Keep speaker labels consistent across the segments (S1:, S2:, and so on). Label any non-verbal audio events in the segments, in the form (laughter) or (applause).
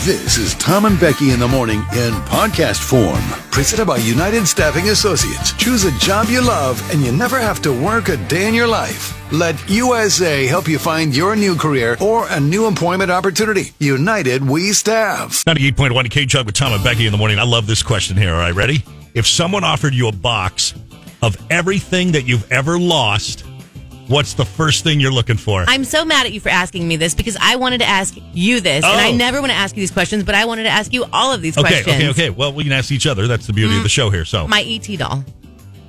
S1: This is Tom and Becky in the morning in podcast form. Presented by United Staffing Associates. Choose a job you love and you never have to work a day in your life. Let USA help you find your new career or a new employment opportunity. United We Staff.
S2: 98.1 K Chug with Tom and Becky in the morning. I love this question here. All right, ready? If someone offered you a box of everything that you've ever lost, what's the first thing you're looking for?
S3: I'm so mad at you for asking me this because I wanted to ask you this, and I
S2: Oh.
S3: never want to ask you these questions, but I wanted to ask you all of these
S2: okay,
S3: questions. Mm-hmm.
S2: okay, okay. Well, we can ask each other. That's the beauty of the show here. So,
S3: My ET doll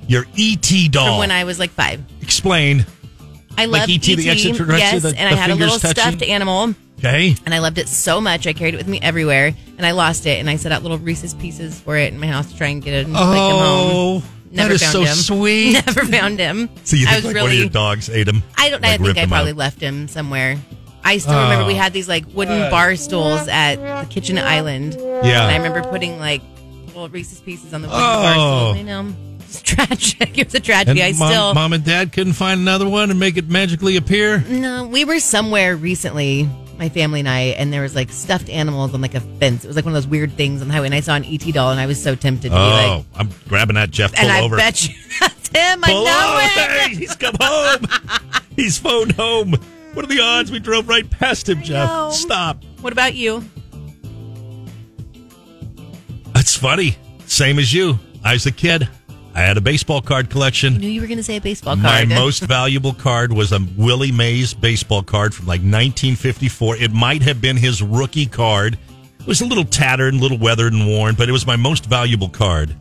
S2: your ET
S3: from
S2: doll.
S3: when I was like five.
S2: Explain.
S3: I
S2: Like
S3: loved E
S2: E.T., the extraterrestrial,
S3: yes,
S2: the-
S3: and I
S2: the
S3: had a little
S2: fingers touching?
S3: stuffed animal,
S2: Okay.
S3: and I loved it so much. I carried it with me everywhere, and I lost it, and I set out little Reese's pieces for it in my house to try and get it and take him home. Never
S2: Oh, that is
S3: found
S2: so
S3: him.
S2: sweet.
S3: (laughs) Never found him.
S2: So you
S3: I
S2: think
S3: was
S2: like
S3: really
S2: one of your dogs ate him?
S3: I don't.
S2: Like,
S3: I think
S2: ripped
S3: I
S2: him
S3: probably
S2: out. Oh.
S3: left him somewhere. I still remember we had these like wooden bar stools at the kitchen island.
S2: Yeah.
S3: And I remember putting like little Reese's pieces on the wooden bar
S4: Oh.
S3: stool. You know, it's tragic. (laughs) It was a tragedy.
S4: And
S3: I
S4: mom,
S3: still. Mm-hmm.
S4: mom and dad couldn't find another one and make it magically appear.
S3: No, we were somewhere recently. My family and I, and there was like stuffed animals on like a fence. It was like one of those weird things on the highway. And I saw an ET doll, and I was so tempted to
S2: Oh,
S3: be like,
S2: I'm grabbing that Jeff. Pull
S3: and I
S2: over.
S3: bet you (laughs) that's him.
S2: Pull (laughs)
S3: I know
S2: over.
S3: it.
S2: He's come home. He's phoned home. What are the odds we drove right past him, Jeff?
S3: know.
S2: Stop.
S3: What about you?
S2: That's funny. Same as you. I was a kid. I had a baseball card
S3: I
S2: collection.
S3: knew you were going to say a baseball
S2: My
S3: card.
S2: most valuable card was a Willie Mays baseball card from like 1954. It might have been his rookie card. It was a little tattered and a little weathered and worn, but it was my most valuable card.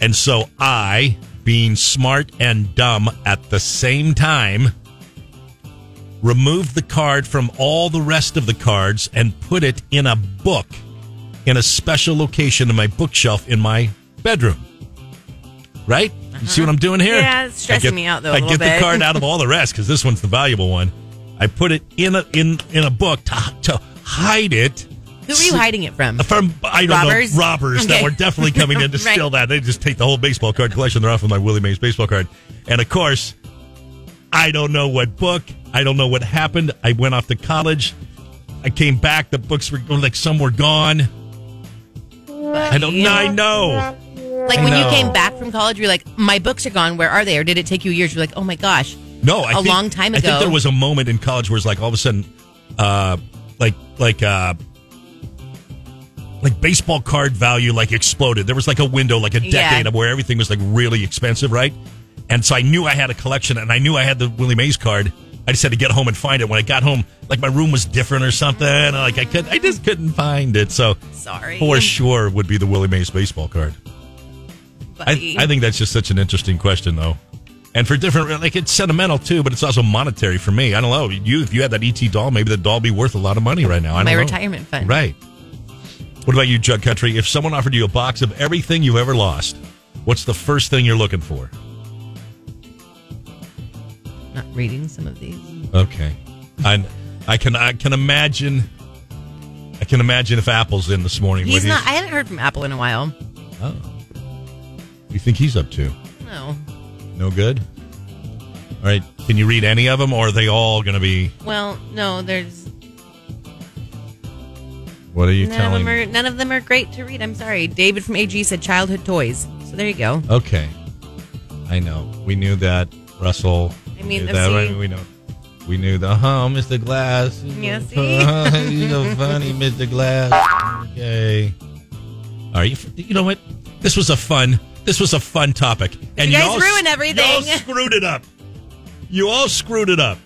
S2: And so I, being smart and dumb at the same time, removed the card from all the rest of the cards and put it in a book in a special location in my bookshelf in my bedroom. Right? You see what I'm doing here?
S3: Yeah, it's stressing
S2: I get-
S3: me out, though, a
S2: I
S3: little
S2: get
S3: bit.
S2: the card
S3: (laughs)
S2: out of all the rest because this one's the valuable one. I put it in a in in a book to, to hide it
S3: Who were you hiding it from?
S2: from I don't
S3: Robbers?
S2: know robbers that
S3: Okay.
S2: were definitely coming
S3: (laughs)
S2: in to
S3: Right.
S2: steal that. They just take the whole baseball card collection. They're off of my Willie Mays baseball card, and of course, I don't know what book. I don't know what happened. I went off to college. I came back. The books were like some were gone. I don't. know. I know.
S3: Like when you
S4: No.
S3: came back from college, you're like, my books are gone. Where are they? Or did it take you years? You're like, oh my gosh.
S2: No, I
S3: A
S2: think-
S3: long time
S2: I
S3: ago.
S2: think there was a moment in college where it's like all of a sudden, uh, like like uh, like baseball card value like exploded. There was like a window, like a decade
S3: Yeah.
S2: of where everything was like really expensive, right? And so I knew I had a collection, and I knew I had the Willie Mays card. I just had to get home and find it. When I got home, like my room was different or something. and, Like I could, I just couldn't find it. So
S3: Sorry.
S2: for sure would be the Willie Mays baseball card. I,
S3: buddy.
S2: I think that's just such an interesting question, though. And for different, like it's sentimental too, but it's also monetary for me. I don't know. You, if you had that ET doll, maybe the doll be worth a lot of money right now. I don't
S3: My
S2: know.
S3: retirement fund.
S2: Right. What about you, Jug Country? If someone offered you a box of everything you've ever lost, what's the first thing you're looking for?
S3: Not reading some of these.
S2: Okay. I, I can, I can imagine. I can imagine if Apple's in this morning.
S3: He's
S2: what
S3: not. I haven't heard from Apple in a while.
S2: what do you think he's up to?
S3: No.
S2: No good. All right. Can you read any of them, or are they all going to be?
S3: Well, no. There's
S2: What are you
S3: none of,
S2: telling?
S3: them
S2: me?
S3: are, none of them are great to read. I'm sorry. David from AG said childhood toys. So there you go.
S2: Okay. I know. We knew that, Russell.
S3: I mean,
S2: we knew that,
S3: see-
S2: right? we know. We knew the huh, Mr. Glass.
S3: Yeah, see?
S2: (laughs) you know, funny, Mr. Glass. Okay. All right. You, you know what? This was a fun. This was a fun topic, and
S3: You guys
S2: all,
S3: ruined everything.
S2: You all screwed it up. You all screwed it up.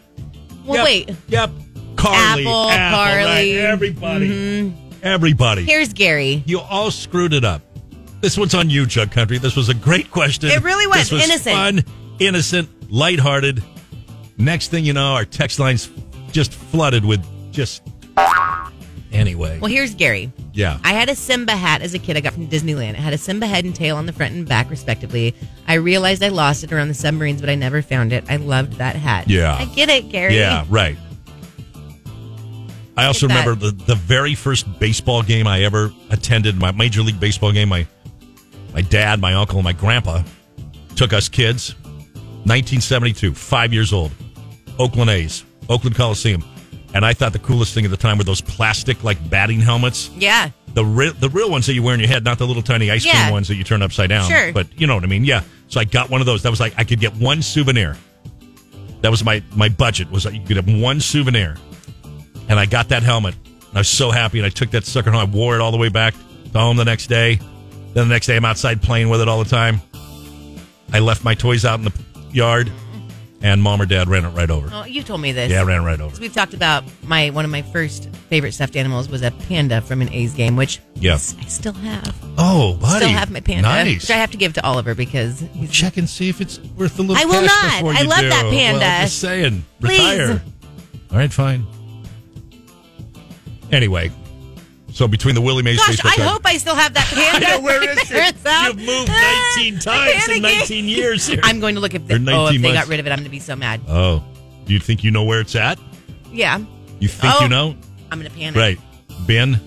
S3: Well,
S2: Yep.
S3: wait.
S2: Yep. Carly.
S3: Apple,
S2: right.
S3: Carly. Mm-hmm.
S2: Everybody. Everybody.
S3: Here's Gary.
S2: You all screwed it up. This one's on you, Jug Country. This was a great question.
S3: It really was.
S2: This was
S3: Innocent.
S2: fun, innocent, lighthearted. Next thing you know, our text lines just flooded with just. Anyway,
S3: Well, here's Gary.
S2: yeah.
S3: I had a Simba hat as a kid I got from Disneyland. It had a Simba head and tail on the front and back, respectively. I realized I lost it around the submarines, but I never found it. I loved that hat.
S2: Yeah.
S3: I get it, Gary.
S2: Yeah, right. I also
S3: Get that.
S2: remember the, the very first baseball game I ever attended, my major league baseball game. My my dad, my uncle, and my grandpa took us kids. 1972, five years old, Oakland A's, Oakland Coliseum. And I thought the coolest thing at the time were those plastic like batting helmets.
S3: Yeah.
S2: The real, the real ones that you wear in your head, not the little tiny ice cream
S3: Yeah.
S2: ones that you turn upside down.
S3: Sure.
S2: But you know what I mean? Yeah. So I got one of those. That was like I could get one souvenir. That was my my budget was that you could have one souvenir, and I got that helmet. And I was so happy, and I took that sucker home. I wore it all the way back to home the next day. Then the next day, I'm outside playing with it all the time. I left my toys out in the yard, and mom or dad ran it right over.
S3: Oh, you told me this.
S2: Yeah, ran right over.
S3: We've talked about my one of my first favorite stuffed animals was a panda from an A's game, which
S2: Yeah.
S3: s- I still have.
S2: Oh, buddy.
S3: Still have my panda,
S2: Nice.
S3: which I have to give to Oliver because he's
S4: Check and see if it's worth a little.
S3: I will
S4: cash
S3: not.
S4: before
S3: I
S4: you
S3: love
S4: do.
S3: that panda.
S4: Well, just saying.
S3: Please.
S2: Retire. All right, fine. Anyway, so between the Willie Mays
S3: Gosh,
S2: Facebook
S3: I hope I still
S2: (laughs)
S3: have that panda.
S2: know, where is it?
S3: It's out.
S2: You've moved
S3: Ah,
S2: 19
S3: I'm
S2: times in
S3: panicking.
S2: 19 years here.
S3: I'm going to look if they,
S2: Or
S3: oh, if
S2: 19
S3: they
S2: months.
S3: got rid of it, I'm going to be so mad.
S2: oh, do you think you know where it's at?
S3: Yeah,
S2: You think
S3: Oh.
S2: you know?
S3: I'm going to panic.
S2: Right. Bin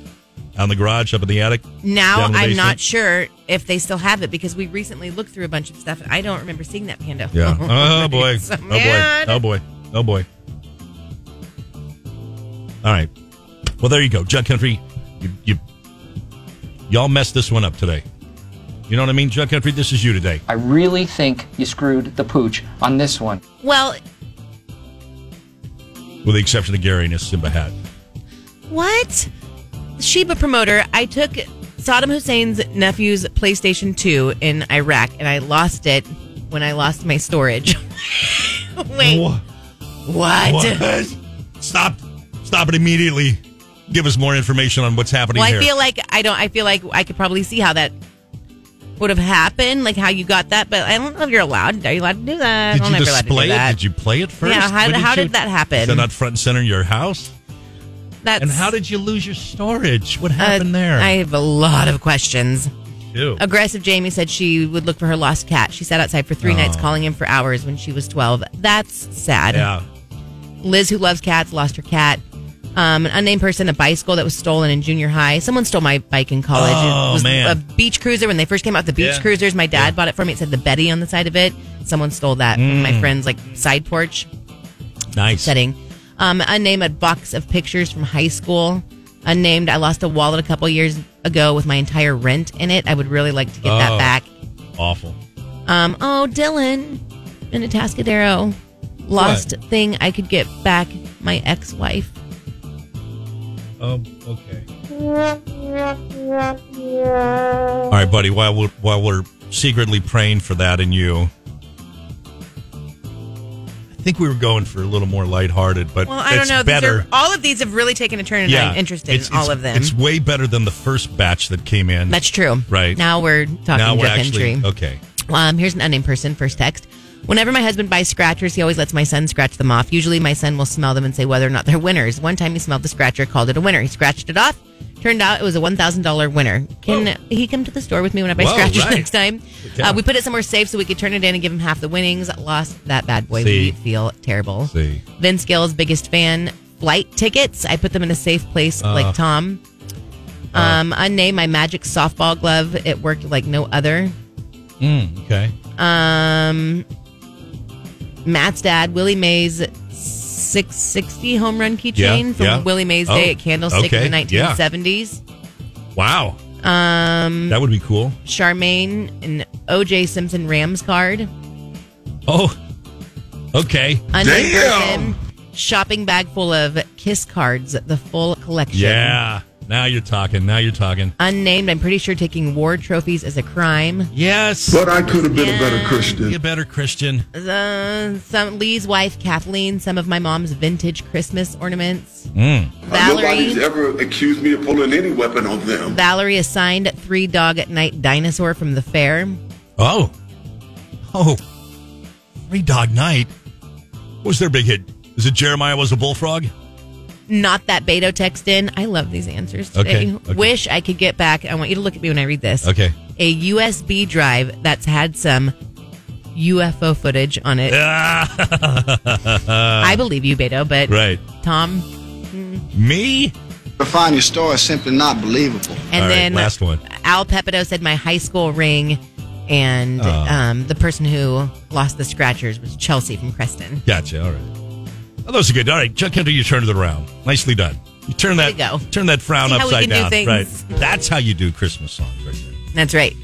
S2: on the garage, up in the attic.
S3: Now
S2: down in the
S3: I'm
S2: basement.
S3: not sure if they still have it because we recently looked through a bunch of stuff and I don't remember seeing that panda. (laughs)
S2: Yeah. Oh boy.
S3: So
S2: Oh boy.
S3: mad.
S2: Oh boy. Oh boy. All right. Well, there you go, Jug Country. You, you y'all messed this one up today. You know what I mean, Jug Country. This is you today.
S5: I really think you screwed the pooch on this one.
S3: Well,
S2: with the exception of Gary and his Simba hat.
S3: What? Sheba promoter, I took Saddam Hussein's nephew's PlayStation 2 in Iraq and I lost it when I lost my storage. (laughs) Wait. What?
S2: Stop! Stop it immediately. Give us more information on what's happening
S3: Well, I
S2: here.
S3: feel like I don't I feel like I could probably see how that would have happened, like how you got that, but I don't know if you're allowed. Are you allowed to do that?
S2: did
S3: I'm
S2: you
S3: not allowed to do
S2: display it?
S3: that.
S2: Did you play it first?
S3: Yeah, how-
S2: What
S3: how
S2: you-
S3: did that happen?
S2: Is that not front and center in your house?
S3: That's,
S2: And how did you lose your storage? What
S3: uh,
S2: happened there?
S3: I have a lot of questions.
S2: Ew.
S3: Aggressive Jamie said she would look for her lost cat. She sat outside for three nights calling him for hours when she was 12. That's sad.
S2: Oh. yeah.
S3: Liz, who loves cats, lost her cat. Um, an unnamed person, a bicycle that was stolen in junior high. Someone stole my bike in college.
S2: Oh,
S3: it was
S2: man.
S3: a beach cruiser. When they first came out, the beach
S2: Yeah.
S3: cruisers, my dad bought it for me. It said the Betty on the side of it. Someone stole that from
S2: Mm.
S3: my friend's like side porch
S2: Nice.
S3: setting. Um, unnamed, a box of pictures from high school. Unnamed, I lost a wallet a couple years ago with my entire rent in it. I would really like to get that
S2: Oh.
S3: back.
S2: Awful.
S3: Um, oh, Dylan in a Atascadero lost thing I could get back my ex wife.
S2: Um, okay. All right, buddy. While we're while we're secretly praying for that in you, I think we were going for a little more lighthearted, but
S3: Well, I
S2: it's
S3: don't know. These
S2: Better.
S3: are, all of these have really taken a turn, and I'm interested
S2: It's-
S3: in all
S2: it's-
S3: of them.
S2: It's way better than the first batch that came in.
S3: That's true.
S2: Right.
S3: Now we're talking
S2: now we're
S3: Jeff
S2: actually
S3: Entry.
S2: okay.
S3: Um, here's an unnamed person, first text. Whenever my husband buys scratchers, he always lets my son scratch them off. Usually my son will smell them and say whether or not they're winners. One time he smelled the scratcher, called it a winner. He scratched it off. Turned out it was a $1,000 winner. Can he come to the store with me when I buy
S2: Whoa,
S3: scratchers
S2: right.
S3: next time?
S2: Yeah.
S3: Uh, we put it somewhere safe so we could turn it in and give him half the winnings. Lost that bad boy.
S2: See.
S3: We feel terrible.
S2: See.
S3: Vince Gill's biggest fan. Flight tickets. I put them in a safe place
S2: Uh-huh.
S3: like Tom. Um, unnamed my magic softball glove. It worked like no other.
S2: Okay.
S3: Um, Matt's dad, Willie Mays, 660 home run keychain
S2: Yeah,
S3: from
S2: yeah.
S3: Willie Mays
S2: Oh,
S3: Day at Candlestick
S2: okay,
S3: in the
S2: yeah.
S3: 1970s.
S2: Wow. Um. That would be cool.
S3: Charmaine, an O.J. Simpson Rams card.
S2: Oh. Okay.
S3: Unnamed person, shopping bag full of Kiss cards, the full collection.
S2: Yeah. Now you're talking. Now you're talking.
S3: Unnamed, I'm pretty sure taking war trophies is a crime.
S4: Yes.
S6: But I could have been a better Christian.
S2: Be a better Christian.
S3: Uh, some Lee's wife, Kathleen, some of my mom's vintage Christmas ornaments.
S2: Hmm.
S6: Nobody's
S3: Valerie.
S6: ever accused me of pulling any weapon on them.
S3: Valerie assigned three dog at night dinosaur from the fair.
S2: Oh. Oh. Three Dog Night. What was their big hit? Is it Jeremiah was a bullfrog?
S3: Not that Beto text in. I love these answers today.
S2: Okay, okay.
S3: Wish I could get back. I want you to look at me when I read this.
S2: Okay.
S3: A USB drive that's had some UFO footage on it.
S2: Ah.
S3: I believe you, Beto, but
S2: Right.
S3: Tom.
S2: Me?
S7: To find your story is simply not believable.
S3: And
S2: All right,
S3: then
S2: last one.
S3: Al Pepito said my high school ring, and
S2: Ah.
S3: um, the person who lost the scratchers was Chelsea from Creston.
S2: Gotcha. All right. Oh, those are good. All right, Chuck Hunter, you turned it around. Nicely done. You turn that
S3: Way to go.
S2: turn that frown
S3: See how we
S2: upside
S3: can do
S2: down.
S3: things.
S2: Right. That's how you do Christmas songs right there.
S3: That's right.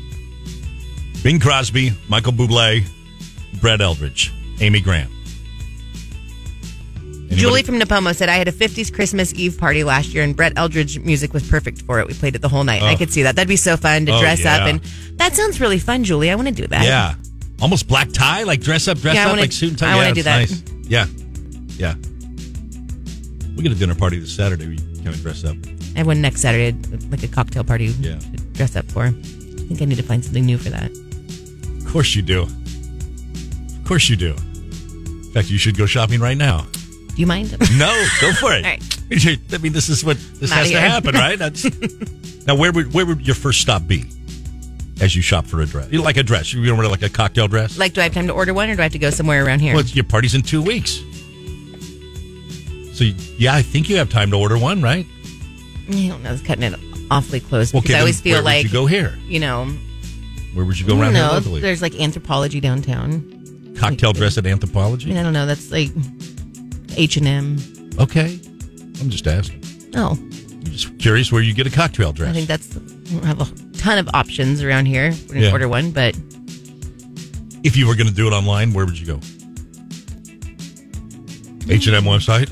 S2: Bing Crosby, Michael Bublé, Brett Eldridge, Amy Grant. Anybody-
S3: Julie from Napomo said, I had a 50s Christmas Eve party last year, and Brett Eldridge music was perfect for it. We played it the whole night. I
S2: Oh.
S3: could see that. That'd be so fun to
S2: Oh,
S3: dress
S2: yeah.
S3: up. And that sounds really fun, Julie. I want to do that.
S2: Yeah. Almost black tie, like dress up, dress
S3: Yeah, I
S2: up,
S3: wanna-
S2: like suit and tie.
S3: I wanna
S2: yeah,
S3: do
S2: it's
S3: that.
S2: Nice. Yeah. Yeah. We get a dinner party this Saturday. We kind of dress up.
S3: I have one next Saturday, like a cocktail party
S2: Yeah.
S3: to dress up for. I think I need to find something new for that.
S2: Of course you do. Of course you do. In fact, you should go shopping right now.
S3: Do you
S2: (laughs)
S3: mind?
S2: No, go for
S3: (laughs)
S2: it.
S3: All right.
S2: I mean, this is what this
S3: I'm
S2: has to
S3: outta here.
S2: happen, right? That's,
S3: (laughs)
S2: now, where would where would your first stop be as you shop for a dress? You like a dress? You're gonna wear like a cocktail dress?
S3: like, do I have time to order one, or do I have to go somewhere around here?
S2: Well, it's- your party's in two weeks, so you- yeah, I think you have time to order one, right?
S3: I don't know. It's cutting it awfully close
S2: Well,
S3: because I
S2: then
S3: always feel
S2: where
S3: like
S2: would you go here.
S3: you know,
S2: Where would you go around here
S3: no,
S2: locally?
S3: there's like anthropology downtown.
S2: Cocktail dress at
S3: I mean,
S2: Anthropology.
S3: I don't know. That's like H and M.
S2: Okay, I'm just asking.
S3: Oh,
S2: I'm just curious where you get a cocktail dress.
S3: I think that's I don't have a ton of options around here. We're gonna
S2: Yeah.
S3: order
S2: (laughs)
S3: one, but
S2: if you were going to do it online, where would you go?
S3: Mm-hmm.
S2: H and M website,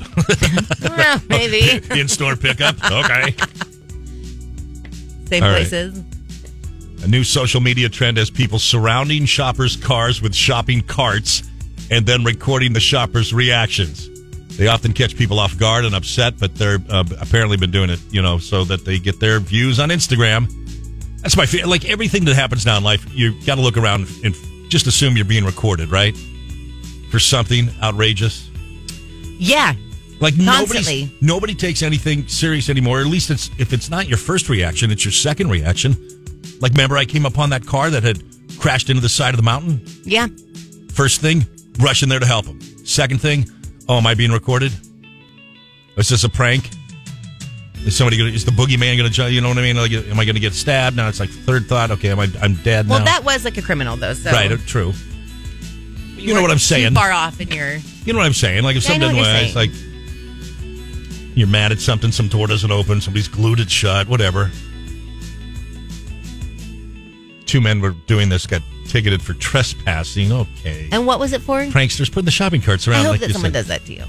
S2: (laughs)
S3: well, maybe
S2: in store pickup. Okay.
S3: same
S2: All right.
S3: places.
S2: A new social media trend has people surrounding shoppers' cars with shopping carts and then recording the shoppers' reactions. They often catch people off guard and upset, but they're uh, apparently been doing it, you know, so that they get their views on Instagram. That's my fear. Like everything that happens now in life, you got to look around and just assume you're being recorded, right? For something outrageous.
S3: Yeah,
S2: Like
S3: Constantly.
S2: nobody, nobody takes anything serious anymore. At least it's if it's not your first reaction, it's your second reaction. Like remember, I came upon that car that had crashed into the side of the mountain.
S3: yeah.
S2: First thing, rush in there to help him. Second thing, oh, am I being recorded? Is this a prank? Is somebody gonna? Is the boogeyman gonna? ju- You know what I mean? Like, am I gonna get stabbed? Now it's like third thought. Okay, am I? I'm dead
S3: Well,
S2: now.
S3: that was like a criminal though. So
S2: right, uh, true. You, know
S3: weren't
S2: what I'm
S3: too
S2: saying?
S3: Far off in your
S2: You know what I'm saying? Like if
S3: Yeah, I
S2: something
S3: know
S2: doesn't
S3: what
S2: work,
S3: you're
S2: it's like you're mad at something, some door doesn't open, somebody's glued it shut, whatever. Two men were doing this, got ticketed for trespassing. Okay.
S3: and what was it for?
S2: Pranksters putting the shopping carts
S3: I
S2: around.
S3: hope
S2: like
S3: that
S2: you
S3: someone
S2: said.
S3: does that to you.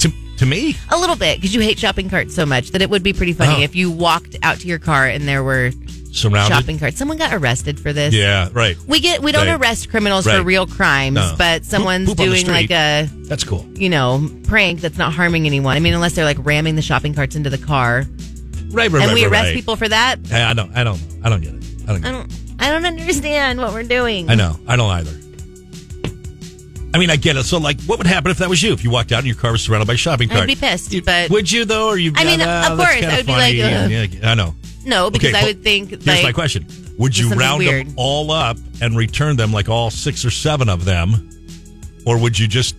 S2: To, to me?
S3: A little bit because you hate shopping carts so much that it would be pretty funny
S2: Oh.
S3: if you walked out to your car and there were
S2: Surrounded.
S3: shopping carts. Someone got arrested for this.
S2: Yeah, right.
S3: We get we don't
S2: Right.
S3: arrest criminals for
S2: Right.
S3: real crimes,
S2: No.
S3: but someone's
S2: poop on the
S3: doing
S2: street.
S3: like a
S2: That's cool.
S3: you know prank that's not harming anyone. I mean, unless they're like ramming the shopping carts into the car,
S2: Right, right,
S3: and
S2: right,
S3: we
S2: right,
S3: arrest
S2: right.
S3: people for that.
S2: Hey, I don't I don't I don't get it. I don't get
S3: I
S2: it.
S3: don't I don't understand what we're doing.
S2: I know. I don't either. I mean, I get it. So, like, what would happen if that was you? If you walked out and your car was surrounded by shopping
S3: I'd
S2: carts?
S3: be pissed,
S2: You-
S3: but-
S2: would you though? Or you?
S3: I mean,
S2: "Ah, that's
S3: of course,
S2: kinda
S3: I would be like,
S2: funny," and, yeah, I know.
S3: No, because
S2: Okay,
S3: I
S2: well,
S3: would think
S2: Here's
S3: like
S2: my question: Would you
S3: something
S2: round
S3: weird.
S2: them all up and return them, like all six or seven of them, or would you just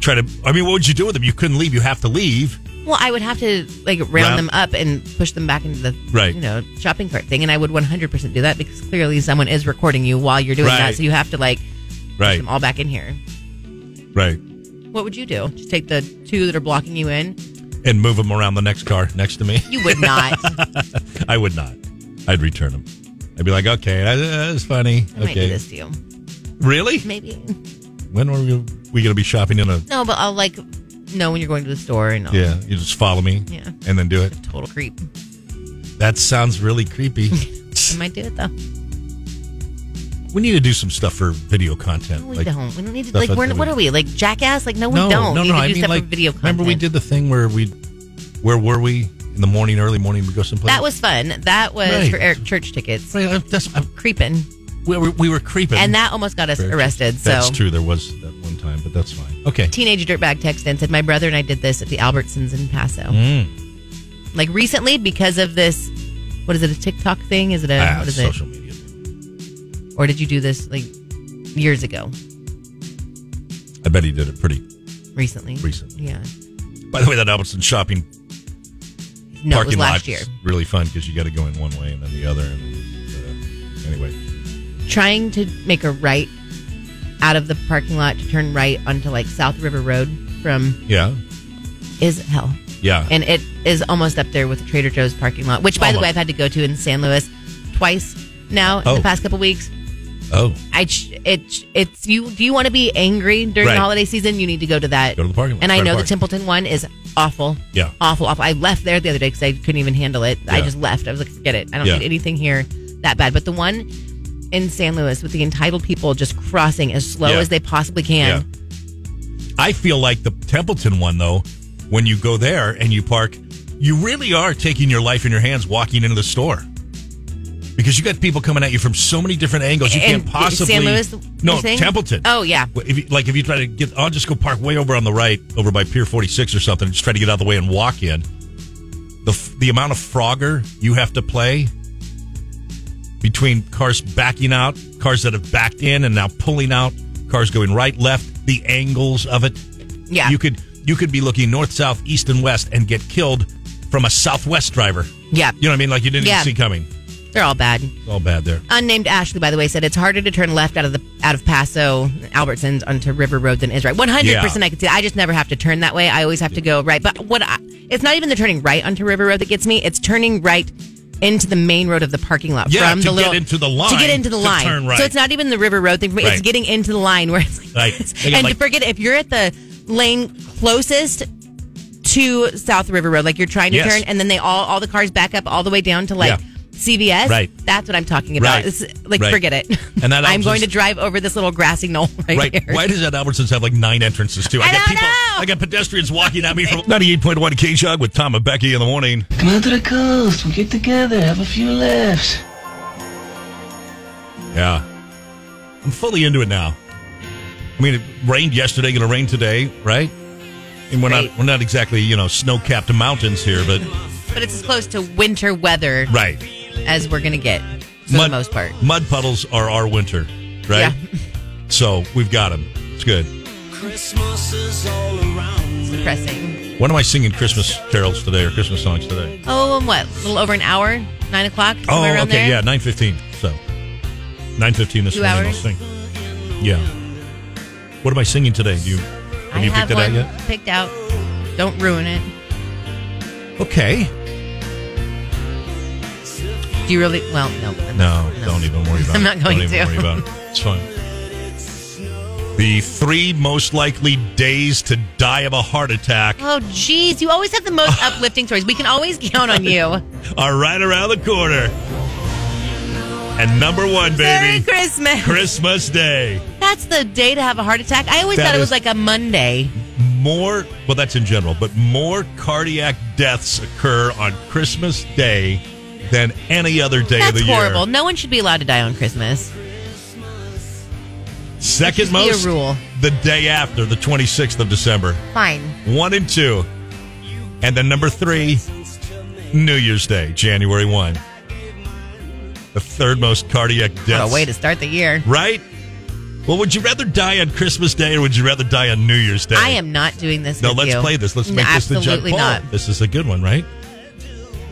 S2: try to? I mean, what would you do with them? You couldn't leave. You have to leave.
S3: Well, I would have to like round,
S2: Round-
S3: them up and push them back into the
S2: Right.
S3: you know shopping cart thing, and I would 100 percent do that because clearly someone is recording you while you're doing that,
S2: Right.
S3: so you have to like push
S2: Right.
S3: them all back in here.
S2: Right.
S3: What would you do? Just take the two that are blocking you in?
S2: And move them around the next car next to me. (laughs)
S3: You would not. I
S2: I would not. I'd return them. I'd be like, okay, that, that's funny.
S3: might do
S2: okay.
S3: this to you.
S2: Really?
S3: Maybe
S2: When are we, we going to be shopping in a?
S3: no, but I'll like know when you're going to the store and I'll,
S2: Yeah, you just follow me.
S3: Yeah.
S2: and then do it.
S3: total creep.
S2: That sounds really
S3: (laughs)
S2: creepy.
S3: I might do it though.
S2: we need to do some stuff for video content.
S3: No, we
S2: like-
S3: don't. We don't need to
S2: stuff
S3: like.
S2: that
S3: We're,
S2: we-
S3: what are we like jackass? Like no, we
S2: No,
S3: don't.
S2: no,
S3: need
S2: no.
S3: to do
S2: I mean,
S3: stuff for
S2: like,
S3: video content.
S2: remember we did the thing where we, where were we in the morning, early morning? We go someplace.
S3: That was fun. That was
S2: Right.
S3: for Eric Church tickets.
S2: Right, I- that's, I-
S3: Creeping.
S2: we, were, we were creeping,
S3: and that almost got us arrested. So
S2: that's true. There was that one time, but that's fine. Okay,
S3: teenage dirtbag texted and said, "My brother and I did this at the Albertsons in Paso,
S2: Mm.
S3: like recently because of this. What is it? A TikTok thing? Is it a
S2: Ah,
S3: what is it?
S2: social media.
S3: Or did you do this like years ago?
S2: I bet he did it pretty.
S3: Recently?
S2: Recent.
S3: Yeah.
S2: By the way, that Albertson shopping
S3: No, it
S2: parking
S3: was last
S2: lot's
S3: year.
S2: really fun because you got to go in one way and then the other. And uh, anyway,
S3: Trying to make a right out of the parking lot to turn right onto like South River Road from
S2: yeah.
S3: is hell.
S2: Yeah.
S3: And it is almost up there with Trader Joe's parking lot, which, by the
S2: Almost.
S3: way, I've had to go to in San Luis twice now in
S2: Oh.
S3: the past couple weeks.
S2: oh,
S3: I ch- it ch- it's you. Do you want to be angry during
S2: Right.
S3: the holiday season? You need to go to that.
S2: Go to the parking lot.
S3: And I
S2: Try to
S3: know the
S2: park.
S3: Templeton one is awful.
S2: Yeah.
S3: awful, awful. I left there the other day because I couldn't even handle it. I
S2: Yeah.
S3: just left. I was like, forget it. I don't
S2: Yeah.
S3: need anything here that bad. But the one in San Luis with the entitled people just crossing as slow
S2: Yeah.
S3: as they possibly can.
S2: Yeah. I feel like the Templeton one though, when you go there and you park, you really are taking your life in your hands walking into the store. Because you got people coming at you from so many different angles, you
S3: And
S2: can't possibly.
S3: San Luis.
S2: no,
S3: you're saying?
S2: Templeton.
S3: Oh yeah.
S2: If you, like if you try to get, I'll just go park way over on the right, over by Pier Forty Six or something, and just try to get out of the way and walk in. The f- the amount of Frogger you have to play between cars backing out, cars that have backed in and now pulling out, cars going right, left, the angles of it.
S3: Yeah.
S2: you could you could be looking north, south, east, and west and get killed from a southwest driver.
S3: Yeah.
S2: You know what I mean? Like you didn't
S3: Yeah.
S2: even see coming.
S3: They're all bad.
S2: It's all bad there.
S3: Unnamed Ashley, by the way, said it's harder to turn left out of the out of Paso Albertsons onto River Road than it is right. One hundred percent, I can see. that. I just never have to turn that way. I always have to go right. But what? I, it's not even the turning right onto River Road that gets me. It's turning right into the main road of the parking lot
S2: Yeah,
S3: from
S2: to get
S3: the little
S2: into the line,
S3: to get into the
S2: to
S3: line.
S2: turn right.
S3: So it's not even the River Road thing for me. It's
S2: Right.
S3: getting into the line where it's like
S2: Right.
S3: this.
S2: They got
S3: and
S2: like-
S3: forget it, if you're at the lane closest to South River Road, like you're trying to
S2: Yes.
S3: turn, and then they all all the cars back up all the way down to like.
S2: Yeah.
S3: CVS.
S2: Right.
S3: That's what I'm talking about.
S2: Right.
S3: This- like,
S2: Right.
S3: forget it.
S2: (laughs) And that
S3: I'm
S2: Albertsons-
S3: going to drive over this little grassy knoll (laughs) right,
S2: Right.
S3: here.
S2: Why does that Albertsons have like nine entrances too? got
S3: I don't
S2: people.
S3: know.
S2: I got pedestrians walking at me
S3: (laughs)
S2: from 98.1 K Jug with Tom and Becky in the morning.
S8: Come out to the coast. We'll get together. Have a few laughs.
S2: Yeah. I'm fully into it now. I mean, it rained yesterday. Going to rain today, right? And we're
S3: Right.
S2: not we're not exactly you know snow capped mountains here,
S3: (laughs)
S2: but
S3: But it's as close to winter weather
S2: right.
S3: as we're going to get for the most part.
S2: mud puddles are our winter, right?
S3: Yeah.
S2: So we've got them. It's good.
S3: Depressing.
S2: When am I singing Christmas carols today or Christmas songs today?
S3: Oh, and what? A little over an hour? Nine o'clock?
S2: Oh,
S3: Somewhere
S2: okay,
S3: around there?
S2: yeah, nine fifteen. So nine fifteen this
S3: Two
S2: morning.
S3: hours?
S2: I'll sing. Yeah. What am I singing today? Do you
S3: I
S2: have you
S3: have
S2: picked it
S3: one
S2: out yet?
S3: picked out. Don't ruin it.
S2: Okay.
S3: Do you really? Well, no. I'm
S2: No,
S3: not-
S2: don't even worry
S3: (laughs)
S2: about it.
S3: I'm not going
S2: don't
S3: to.
S2: Even worry about it. It's fine. The three most likely days to die of a heart attack
S3: (laughs) Oh, geez. You always have
S2: (laughs)
S3: the most uplifting stories. We can always count on you.
S2: are right around the corner. And number one,
S3: Merry
S2: baby,
S3: Christmas.
S2: Christmas Day.
S3: That's the day to have a heart attack. I always
S2: That
S3: thought it
S2: is-
S3: was like a Monday.
S2: more well that's in general but more cardiac deaths occur on christmas day than any other day of
S3: That's
S2: the
S3: horrible.
S2: year
S3: No one should be allowed to die on Christmas.
S2: second
S3: should be a
S2: most
S3: rule.
S2: the day after the 26th of december
S3: Fine.
S2: one and two and then number three new year's day january 1 the third most cardiac
S3: What
S2: deaths
S3: a way to start the year.
S2: right well would you rather die on christmas day or would you rather die on new year's day
S3: I am not doing this.
S2: No,
S3: with
S2: let's
S3: you.
S2: play this. Let's
S3: No,
S2: make this the jug
S3: absolutely
S2: poll.
S3: not.
S2: This is a good one, right?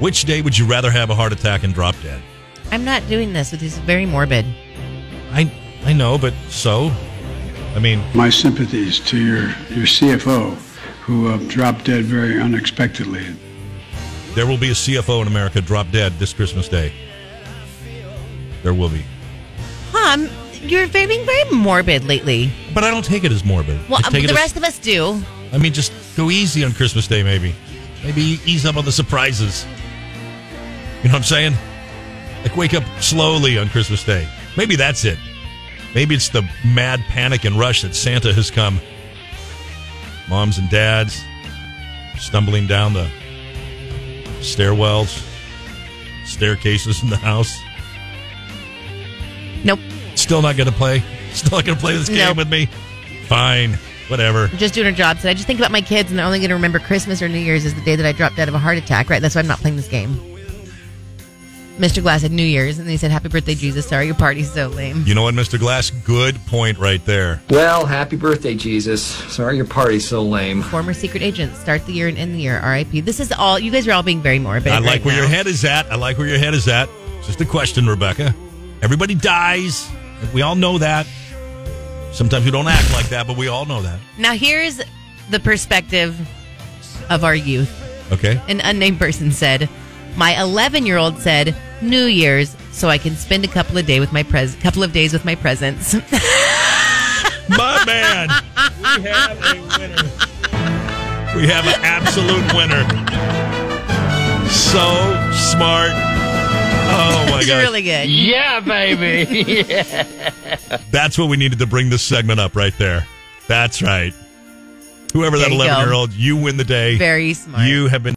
S2: Which day would you rather have a heart attack and drop dead?
S3: I'm not doing this with you. It's very morbid.
S2: I I know, but so, I mean,
S9: My sympathies to your, your CFO, who uh, dropped dead very unexpectedly.
S2: there will be a CFO in America drop dead this Christmas day. There will be,
S3: Huh? You're very- being very morbid lately.
S2: but I don't take it as morbid.
S3: Well, um,
S2: I take
S3: the
S2: it as-
S3: rest of us do.
S2: I mean, just go easy on Christmas Day, maybe. Maybe ease up on the surprises. You know what I'm saying? Like wake up slowly on Christmas Day. Maybe that's it. Maybe it's the mad panic and rush that Santa has come. Moms and dads stumbling down the stairwells, staircases in the house.
S3: Nope.
S2: Still not going to play. Still not going to play this game
S3: No.
S2: with me. Fine. Whatever.
S3: I'm just doing her job. So I just think about my kids, and they're only going to remember Christmas or New Year's as the day that I dropped dead of a heart attack. Right? That's why I'm not playing this game. Mr. Glass said New Year's, and then he said, "Happy birthday, Jesus." Sorry, your party's so lame.
S2: You know what, Mr. Glass? Good point right there.
S5: Well, happy birthday, Jesus. Sorry your party's so lame.
S3: Former secret agents start the year and end the year. R.I.P. This is all. You guys are all being very morbid.
S2: I like
S3: right
S2: where
S3: now.
S2: your head is at. I like where your head is at. It's Just a question, Rebecca. Everybody dies. We all know that. Sometimes we don't act like that, but we all know that.
S3: Now here's the perspective of our youth.
S2: Okay.
S3: An unnamed person said, "My 11 year old said New Year's, so I can spend a couple of day with my pres couple of days with my presents." (laughs)
S2: My man. We have a winner. We have an absolute winner. So smart. Oh
S3: (laughs)
S2: my
S3: it's
S2: gosh.
S3: really good.
S8: Yeah, baby.
S2: That's what we needed to bring this segment up right there. That's right. Whoever that
S3: There you go.
S2: 11 year old, you win the day.
S3: Very smart.
S2: You have been